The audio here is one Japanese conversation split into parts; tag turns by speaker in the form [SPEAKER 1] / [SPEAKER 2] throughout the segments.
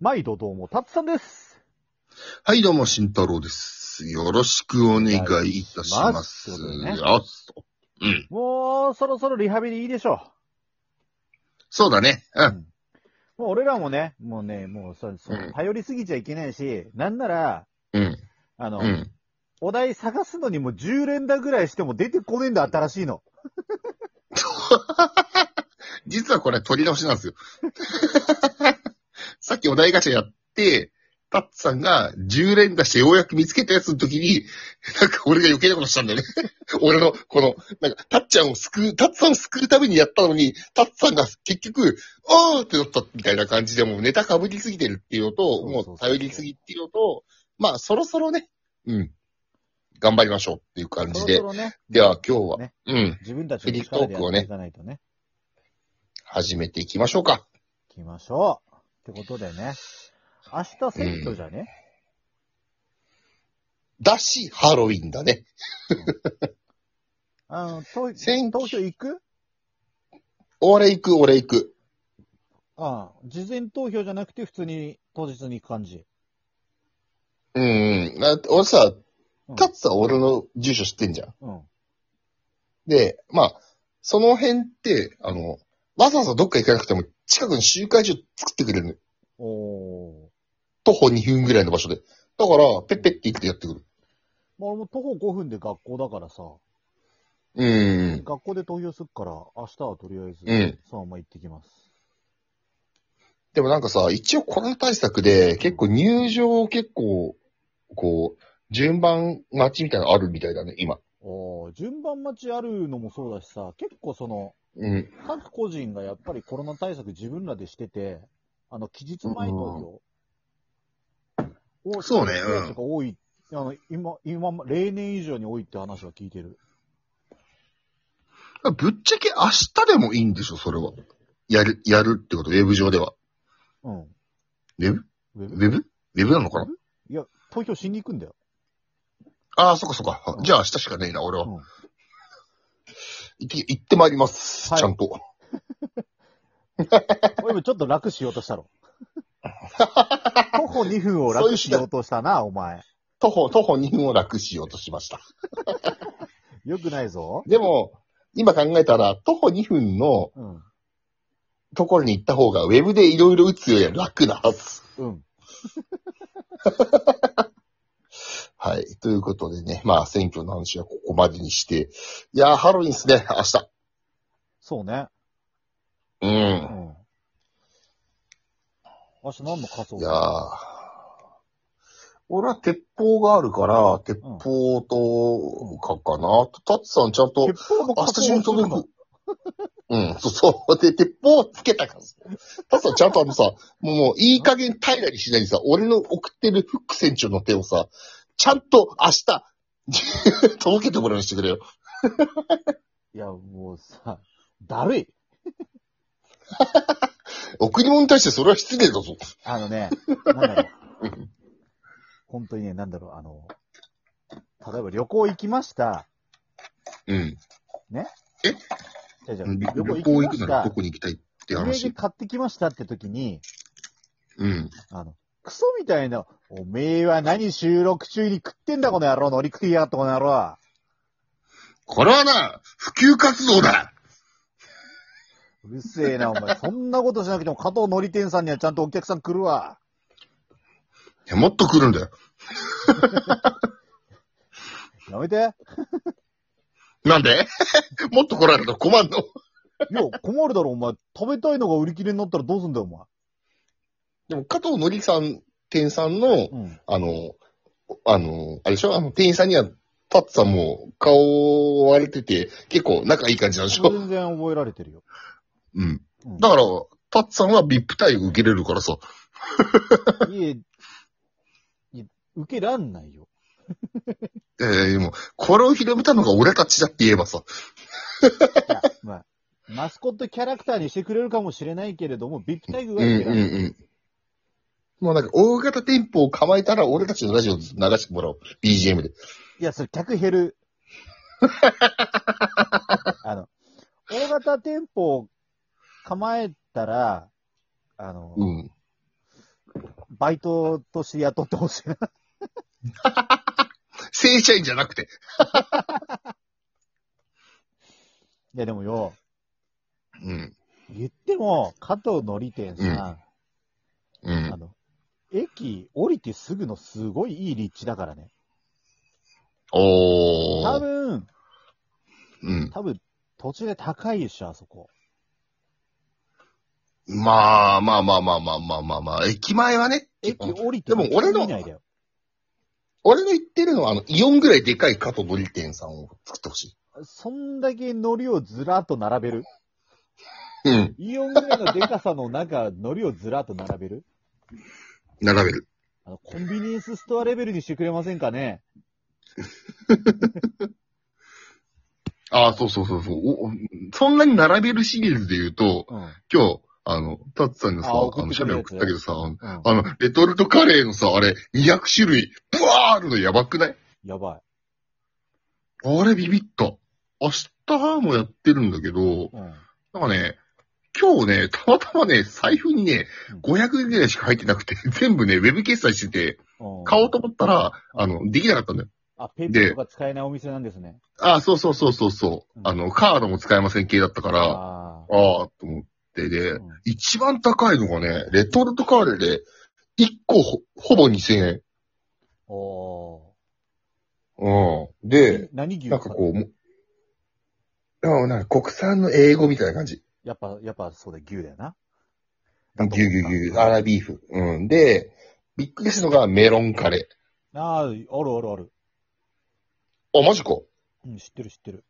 [SPEAKER 1] 毎度どうも、たつさんです。
[SPEAKER 2] はい、どうも、慎太郎です。よろしくお願いいたします。
[SPEAKER 1] お願いし
[SPEAKER 2] あっとうん。
[SPEAKER 1] もう、そろそろリハビリいいでしょ
[SPEAKER 2] そうだね。う
[SPEAKER 1] う。
[SPEAKER 2] ん。
[SPEAKER 1] んもう俺らもね、もうね、もうそ、そ
[SPEAKER 2] うん
[SPEAKER 1] 頼りすぎちゃいけないし、なんなら、
[SPEAKER 2] うん。
[SPEAKER 1] あの、
[SPEAKER 2] うん。
[SPEAKER 1] お題探すのにも10連打ぐらいしても出てこねえんだ、新しいの。
[SPEAKER 2] 実はこれ取り直しなんですよ。 さっきお題ガチャやって、タッツさんが10連打してようやく見つけたやつの時に、なんか俺が余計なことしたんだよね。 俺の、この、なんか、タッちゃんを救う、タッツさんを救うためにやったのに、タッツさんが結局、おーってなったみたいな感じで、もうネタ被りすぎてるっていうのと、
[SPEAKER 1] そうそう
[SPEAKER 2] も
[SPEAKER 1] そう
[SPEAKER 2] う頼りすぎっていうのと、まあ、そろそろね、うん。頑張りましょうっていう感じ
[SPEAKER 1] そろ
[SPEAKER 2] で
[SPEAKER 1] そ、ろね、
[SPEAKER 2] では今日は、
[SPEAKER 1] ね
[SPEAKER 2] うん、
[SPEAKER 1] 自分たちの力でやっていかないとね、
[SPEAKER 2] 始めていきましょうか。
[SPEAKER 1] 行きましょう。ってことでね、明日セットじゃね、
[SPEAKER 2] だし、ハロウィンだね。
[SPEAKER 1] あの、東
[SPEAKER 2] 選挙
[SPEAKER 1] 東京行く
[SPEAKER 2] 俺行く、俺行く。
[SPEAKER 1] ああ、事前投票じゃなくて普通に当日に行く感じ。
[SPEAKER 2] うん、うんな。俺さ
[SPEAKER 1] うん、
[SPEAKER 2] かつさ、俺の住所知ってんじゃん。
[SPEAKER 1] うん。
[SPEAKER 2] で、まあ、その辺って、あの、わざわざどっか行かなくても、近くに集会所作ってくれるのよ。
[SPEAKER 1] おー。
[SPEAKER 2] 徒歩2分ぐらいの場所で。だから、ペッペッって行ってやってくる。
[SPEAKER 1] まあ、俺も徒歩5分で学校だからさ、
[SPEAKER 2] うん。
[SPEAKER 1] 学校で投票するから、明日はとりあえず、
[SPEAKER 2] うん
[SPEAKER 1] そのまま行ってきます。
[SPEAKER 2] でもなんかさ、一応コロナ対策で、結構入場結構、こう、順番待ちみたいなのあるみたいだね、今。
[SPEAKER 1] おー順番待ちあるのもそうだしさ、結構その、
[SPEAKER 2] うん。
[SPEAKER 1] 各個人がやっぱりコロナ対策自分らでしてて、あの、期日前投票を、
[SPEAKER 2] そうね
[SPEAKER 1] してるやつが多い。あの、今、今も、例年以上に多いって話は聞いてる。
[SPEAKER 2] ぶっちゃけ明日でもいいんでしょ、それは。やる、やるってこと、ウェブ上では。
[SPEAKER 1] うん。
[SPEAKER 2] ウェブ
[SPEAKER 1] ウェ
[SPEAKER 2] ウ
[SPEAKER 1] ブ
[SPEAKER 2] ェブウェブなのかない
[SPEAKER 1] や、投票しに行くんだよ。
[SPEAKER 2] ああ、そっかそっか
[SPEAKER 1] う。ん
[SPEAKER 2] じゃあ明日しかねえな、俺は。
[SPEAKER 1] うん
[SPEAKER 2] 行き、行ってまいります。
[SPEAKER 1] はい
[SPEAKER 2] ちゃんと。
[SPEAKER 1] おい今ちょっと楽しようとしたろ。徒歩2分を楽しようとしたな、お前。
[SPEAKER 2] 徒歩、徒歩2分を楽しようとしました。
[SPEAKER 1] よくないぞ。
[SPEAKER 2] でも、今考えたら、徒歩2分の
[SPEAKER 1] うん。
[SPEAKER 2] ところに行った方が、ウェブでいろいろ打つよりは楽なはず。
[SPEAKER 1] うん。
[SPEAKER 2] はい。ということでね、まあ、選挙の話はここまでにして、いやー、ハロウィンですね、明日。
[SPEAKER 1] そうね。
[SPEAKER 2] う。
[SPEAKER 1] うんん。明日何の仮装
[SPEAKER 2] いやー俺は鉄砲があるから、鉄砲とかかな。タッツさんちゃんと、
[SPEAKER 1] 鉄砲の
[SPEAKER 2] 明
[SPEAKER 1] 仮
[SPEAKER 2] 日
[SPEAKER 1] 装
[SPEAKER 2] 中に
[SPEAKER 1] をする
[SPEAKER 2] 届
[SPEAKER 1] の
[SPEAKER 2] く。 うん、そうそう。で、鉄砲をつけたから。たさ、ちゃんとあのさ、もうもういい加減平らにしないでさ、俺の送ってるフック船長の手をさ、ちゃんと明日、 届けてもらうようにしてくれよ。
[SPEAKER 1] いや、もうさ、だるい。
[SPEAKER 2] 贈り物に対してそれは失礼だぞ。
[SPEAKER 1] あのね、なん だろう。本当にね、なんだろう、あの、例えば旅行行きました。
[SPEAKER 2] うん。
[SPEAKER 1] じゃあじゃあ
[SPEAKER 2] 旅
[SPEAKER 1] 旅行
[SPEAKER 2] 旅
[SPEAKER 1] 行
[SPEAKER 2] 行
[SPEAKER 1] き
[SPEAKER 2] 行
[SPEAKER 1] ま
[SPEAKER 2] く
[SPEAKER 1] し
[SPEAKER 2] なら
[SPEAKER 1] た
[SPEAKER 2] ど。こに行きたいって
[SPEAKER 1] お土産
[SPEAKER 2] 話。
[SPEAKER 1] 買ってきましたって時に、
[SPEAKER 2] うん。
[SPEAKER 1] あの、クソみたいな、おめえは何収録中に食ってんだこの野郎、乗り食いやがってこの野郎。
[SPEAKER 2] これはな、普及活動だ
[SPEAKER 1] うるせえな、お前。そんなことしなくても加藤のり店さんにはちゃんとお客さん来るわ。
[SPEAKER 2] いやもっと来るんだよ。
[SPEAKER 1] やめて。いや、
[SPEAKER 2] なんで もっと来られたら困んの
[SPEAKER 1] 困るだろ、お前。食べたいのが売り切れになったらどうすんだよ、お前。
[SPEAKER 2] でも、加藤のりさん、店さんの、
[SPEAKER 1] うん。
[SPEAKER 2] あの、あの、あれでしょあの、店員さんには、パッツさんも顔割れてて、結構仲いい感じなんでしょ
[SPEAKER 1] 全然覚えられてるよ。
[SPEAKER 2] うん。
[SPEAKER 1] うん
[SPEAKER 2] だから、パッツさんは VIP 対応受けれるからさ。
[SPEAKER 1] いえ、いえ受けらんないよ。
[SPEAKER 2] ええでも、これを広めたのが俺たちだって言えばさ。
[SPEAKER 1] いや、まあ、マスコットキャラクターにしてくれるかもしれないけれども、ビップ待遇
[SPEAKER 2] う
[SPEAKER 1] が
[SPEAKER 2] ん
[SPEAKER 1] 受け
[SPEAKER 2] う
[SPEAKER 1] ら
[SPEAKER 2] ん
[SPEAKER 1] んない。
[SPEAKER 2] うん。もうなんか、大型店舗を構えたら、俺たちのラジオ流してもらおう。BGM で。
[SPEAKER 1] いや、それ客減る。 あの、大型店舗を構えたら、あの、
[SPEAKER 2] うん。
[SPEAKER 1] バイトとして雇ってほしいな。
[SPEAKER 2] 正社員じゃなくて。
[SPEAKER 1] いや、でもよ、
[SPEAKER 2] うん。
[SPEAKER 1] 言っても、加藤のり店さ、
[SPEAKER 2] う
[SPEAKER 1] あ
[SPEAKER 2] ん。
[SPEAKER 1] の、駅降りてすぐのすごいいい立地だからね。
[SPEAKER 2] お
[SPEAKER 1] 多
[SPEAKER 2] ー。
[SPEAKER 1] 分、
[SPEAKER 2] うん。
[SPEAKER 1] 多分、途中で高いでしょ、あそこ。
[SPEAKER 2] まあまあまあまあまあまあまあ、まあ、駅前はね、
[SPEAKER 1] 駅降りて
[SPEAKER 2] でも俺の
[SPEAKER 1] 見ないだよ。
[SPEAKER 2] 俺の言ってるのは、あの、イオンぐらいでかい加藤のり店さんを作ってほし
[SPEAKER 1] そんだけ海苔をずらっと並べる。
[SPEAKER 2] い。うん。
[SPEAKER 1] イオンぐらいのでかさの中、海苔をずらっと並べる。
[SPEAKER 2] 並べる。
[SPEAKER 1] あの、コンビニエンスストアレベルにしてくれませんかね
[SPEAKER 2] ああ、そうそうそうそうおお。そんなに並べるシリーズで言うと、
[SPEAKER 1] うん。うん。
[SPEAKER 2] 今日、あの、タッツさんにさ、
[SPEAKER 1] あ送
[SPEAKER 2] あ
[SPEAKER 1] っ
[SPEAKER 2] の、
[SPEAKER 1] て
[SPEAKER 2] シャ
[SPEAKER 1] く
[SPEAKER 2] メ
[SPEAKER 1] れるやつ
[SPEAKER 2] 送ったけどさ、
[SPEAKER 1] うん、
[SPEAKER 2] あの、レトルトカレーのさ、あれ、200種類、ブワーあるのやばくない
[SPEAKER 1] やば
[SPEAKER 2] あれビビった。明日もやってるんだけど
[SPEAKER 1] い。、うん。
[SPEAKER 2] なんかね、今日ね、たまたまね、財布にね、500円ぐらいしか入ってなくて、 全部ね、ウェブ決済してて、
[SPEAKER 1] うん
[SPEAKER 2] 買おうと思ったら、あの、できなかったんだよ。
[SPEAKER 1] あ、ペイペイとか使えないお店なんですね。
[SPEAKER 2] ああ、そうそうそうそうそう。あの、カードも使えません系だったから、あ
[SPEAKER 1] あ
[SPEAKER 2] あ、と思って、で、
[SPEAKER 1] あ。うん
[SPEAKER 2] 一番高いのがね、レトルトカーレーで、1個ほほぼ2000円。
[SPEAKER 1] お
[SPEAKER 2] うん。
[SPEAKER 1] ー
[SPEAKER 2] で、
[SPEAKER 1] 何牛
[SPEAKER 2] なんかこう、もああなんか国産の英語みたいな感じ。
[SPEAKER 1] やっぱ、やっぱそうだ、牛だよな。
[SPEAKER 2] ぎゅうぎゅうぎゅう、アラビーフ。うん。で、びっくりしたのがメロンカレ
[SPEAKER 1] ああ、あるあるある。
[SPEAKER 2] ー。あ、マジか。
[SPEAKER 1] うん、知ってる知ってる。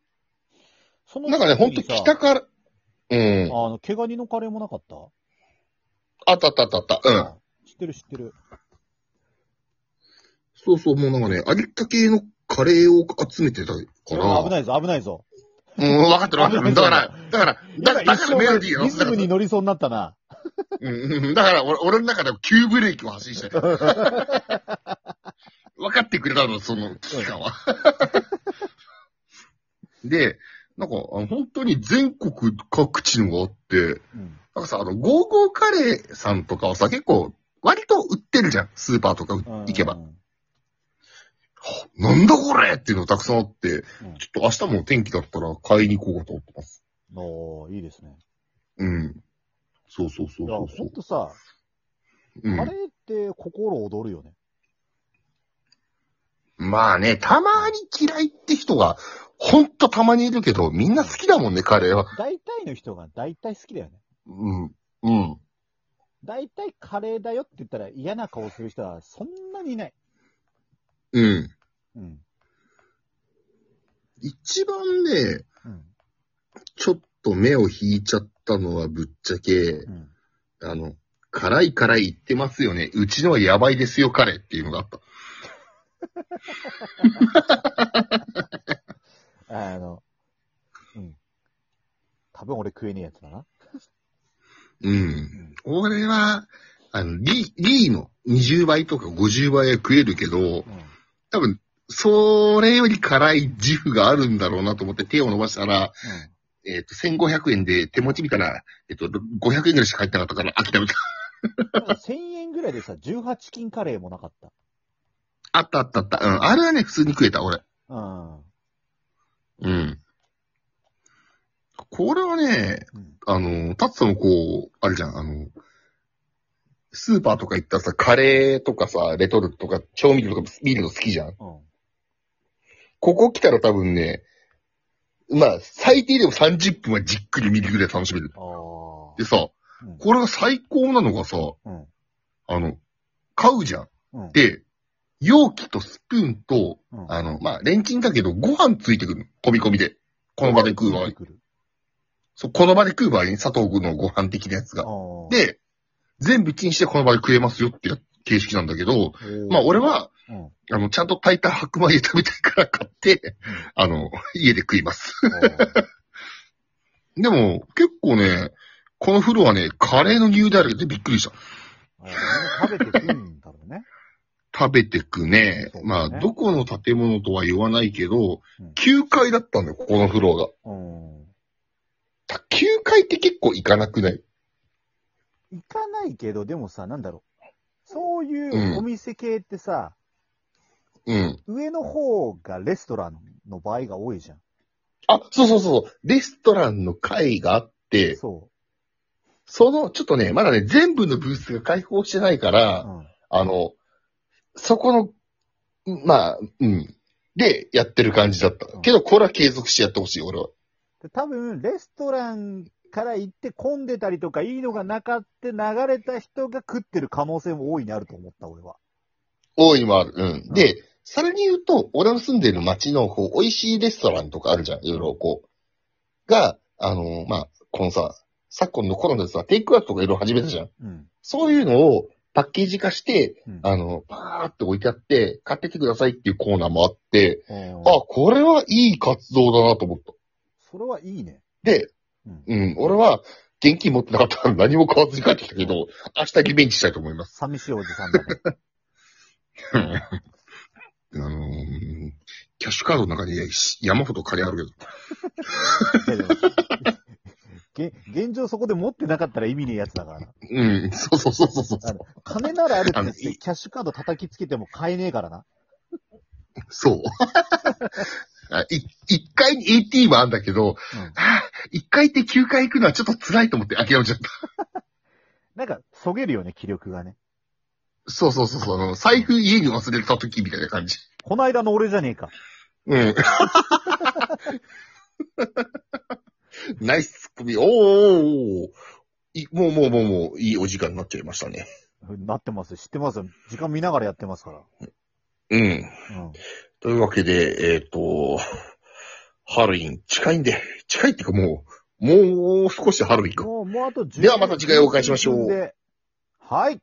[SPEAKER 1] その
[SPEAKER 2] なんかね、ほんと
[SPEAKER 1] 次にさ
[SPEAKER 2] 北から、うん。
[SPEAKER 1] あの、毛ガニのカレーもなかった
[SPEAKER 2] あったあったあったあった。うん。
[SPEAKER 1] 知ってる知ってる。
[SPEAKER 2] そうそう、もうなんかね、ありった系のカレーを集めてたか
[SPEAKER 1] 危
[SPEAKER 2] ら。
[SPEAKER 1] ないぞ、危ないぞ。
[SPEAKER 2] うん、分かってる分かってる。だから、だから、だから、
[SPEAKER 1] 今
[SPEAKER 2] だ
[SPEAKER 1] 一
[SPEAKER 2] か
[SPEAKER 1] 瞬
[SPEAKER 2] らメロディーよ
[SPEAKER 1] リズムに乗りそうになったな。
[SPEAKER 2] うんうんだから俺、俺の中では急ブレーキを発進 して。分かってくれたの、その危機感は。で、なんか、あの本当に全国各地のがあって、
[SPEAKER 1] うん。
[SPEAKER 2] なんかさ、あの、ゴーゴーカレーさんとかはさ、結構、割と売ってるじゃん。スーパーとか
[SPEAKER 1] うん
[SPEAKER 2] 行けば。。なんだこれっていうのたくさんあって、ちょっと明日も天気だったら買いに行こうかと思ってます。
[SPEAKER 1] おー、いいですね。
[SPEAKER 2] うん。そうそうそ
[SPEAKER 1] いうや、ほ
[SPEAKER 2] そうそ
[SPEAKER 1] ん
[SPEAKER 2] う。
[SPEAKER 1] とさ、
[SPEAKER 2] う
[SPEAKER 1] カ
[SPEAKER 2] ん
[SPEAKER 1] レーって心躍るよね。
[SPEAKER 2] まあね、たまに嫌いって人が、ほんとたまにいるけど、みんな好きだもんね、カレーは。
[SPEAKER 1] 大体の人が大体好きだよね。
[SPEAKER 2] うん。うん。
[SPEAKER 1] 大体カレーだよって言ったら嫌な顔する人はそんなにいない。
[SPEAKER 2] うん。
[SPEAKER 1] うん。
[SPEAKER 2] 一番ね、
[SPEAKER 1] うん。
[SPEAKER 2] ちょっと目を引いちゃったのはぶっちゃけ、
[SPEAKER 1] うん。
[SPEAKER 2] あの、辛い辛い言ってますよね。うちのはやばいですよ、カレーっていうのがあった。
[SPEAKER 1] あの、うん。多分俺食えねえやつだな。
[SPEAKER 2] うん。俺は、あの、リ、リーの20倍とか50倍は食えるけど、
[SPEAKER 1] うん。
[SPEAKER 2] 多分、それより辛い自負があるんだろうなと思って手を伸ばしたら、えっ、と、1500円で手持ち見たら、えっ、と、500円ぐらいしか入ってなかったから諦めた。
[SPEAKER 1] うん。1000円ぐらいでさ、18金カレーもなかっ
[SPEAKER 2] あったあったあった。うん。あれはね、普通に食えた、俺。
[SPEAKER 1] た。うん。
[SPEAKER 2] うん。これはね、
[SPEAKER 1] うん。
[SPEAKER 2] あの、タツさんもこう、あれじゃん、あの、スーパーとか行ったらさ、カレーとかさ、レトルトとか、調味料とか見るの好きじゃん。
[SPEAKER 1] うん。
[SPEAKER 2] ここ来たら多分ね、まあ、最低でも30分はじっくり見るぐらい楽しめる。
[SPEAKER 1] ああ。
[SPEAKER 2] でさ、
[SPEAKER 1] うん
[SPEAKER 2] これが最高なのがさ、
[SPEAKER 1] うん。
[SPEAKER 2] あの、買うじゃん。
[SPEAKER 1] うん。
[SPEAKER 2] で、容器とスプーンと、
[SPEAKER 1] うん
[SPEAKER 2] あの、まあ、レンチンだけど、ご飯ついてくるの。込み込みで。この場で食う場合
[SPEAKER 1] 出て。くる
[SPEAKER 2] そう、この場で食う場合に佐藤君のご飯的なやつ
[SPEAKER 1] あ
[SPEAKER 2] が。
[SPEAKER 1] ー、
[SPEAKER 2] で、全部チンしてこの場で食えますよってや形式なんだけど、まあ、俺は、
[SPEAKER 1] おー、うん。
[SPEAKER 2] あの、ちゃんと炊いた白米で食べたいから買って、あの、家で食います。
[SPEAKER 1] おー
[SPEAKER 2] でも、結構ね、このフロアね、カレーの理由であるけどびっくりした。
[SPEAKER 1] あー食べてくんだろうね。
[SPEAKER 2] 食べてくね。
[SPEAKER 1] そうだね
[SPEAKER 2] まあ、どこの建物とは言わないけど、
[SPEAKER 1] うん
[SPEAKER 2] 9階だったんだよ、ここのフロアが。
[SPEAKER 1] うん。
[SPEAKER 2] た9階って結構行かなくない
[SPEAKER 1] 行かないけど、でもさ、なんだろう。そういうお店系ってさ、
[SPEAKER 2] うん。
[SPEAKER 1] 上の方がレストランの場合が多いじゃん。
[SPEAKER 2] あ、そうそうそうそう。レストランの会があって、
[SPEAKER 1] そ
[SPEAKER 2] その、ちょっとね、まだね、全部のブースが開放してないか
[SPEAKER 1] う。う
[SPEAKER 2] ら、
[SPEAKER 1] ん。
[SPEAKER 2] あの、そこの、まあ、うん。で、やってる感じだった。けど、これは継続してやってほしい、俺は。
[SPEAKER 1] で多分、レストランから行って混んでたりとか、いいのがなかって流れた人が食ってる可能性も大いにあると思った、俺は。
[SPEAKER 2] 大いにもある。うん。で、さらに言うと、俺の住んでる町の、こう、美味しいレストランとかあるじゃん、いろいろ、こう。が、あの、まあ、このさ、昨今のコロナでさ、テイクアウトとかいろいろ始めたじゃん。
[SPEAKER 1] うん。
[SPEAKER 2] そういうのをパッケージ化して、
[SPEAKER 1] うん
[SPEAKER 2] あの、パーって置いてあって、買ってきてくださいっていうコーナーもあって、
[SPEAKER 1] うん
[SPEAKER 2] あ、これはいい活動だなと思った。
[SPEAKER 1] それはいいね。
[SPEAKER 2] で、
[SPEAKER 1] うん。
[SPEAKER 2] うん、俺は、現金持ってなかったから何も買わずに帰ってきたけど、明日リベンジしたいと思います。
[SPEAKER 1] 寂しいおじさんだね。
[SPEAKER 2] あのーキャッシュカードの中に山ほど金あるけど。
[SPEAKER 1] いやいやげ現状そこで持ってなかったら意味ねえやつだからな。
[SPEAKER 2] うん、そうそうそうそうそう
[SPEAKER 1] あ。の金ならあるって
[SPEAKER 2] あの
[SPEAKER 1] 言ってキャッシュカード叩きつけても買えねえからな。
[SPEAKER 2] そう。 あい一回に AT はあんだけ
[SPEAKER 1] う
[SPEAKER 2] ど、
[SPEAKER 1] ん
[SPEAKER 2] あ一回行って9回行くのはちょっと辛いと思って諦めちゃった。
[SPEAKER 1] なんか、そげるよね、気力がね。
[SPEAKER 2] そうそうそうそう、あの、財布家に忘れた時みたいな感じ。
[SPEAKER 1] こないだの俺じゃねえか。
[SPEAKER 2] うん。 ナイスツッコミ。おーおーおーいもうもうもうもう、いいお時間になっちゃいましたね。
[SPEAKER 1] なってます。知ってますよ。時間見ながらやってますから。
[SPEAKER 2] うん。
[SPEAKER 1] うん。
[SPEAKER 2] というわけで、えっ、と、ハロウィン近いんで、近いっていうかもう、もう少しハロウィンか。
[SPEAKER 1] もう、もうあと10
[SPEAKER 2] ではまた次回お会いしましょう
[SPEAKER 1] 分ではい。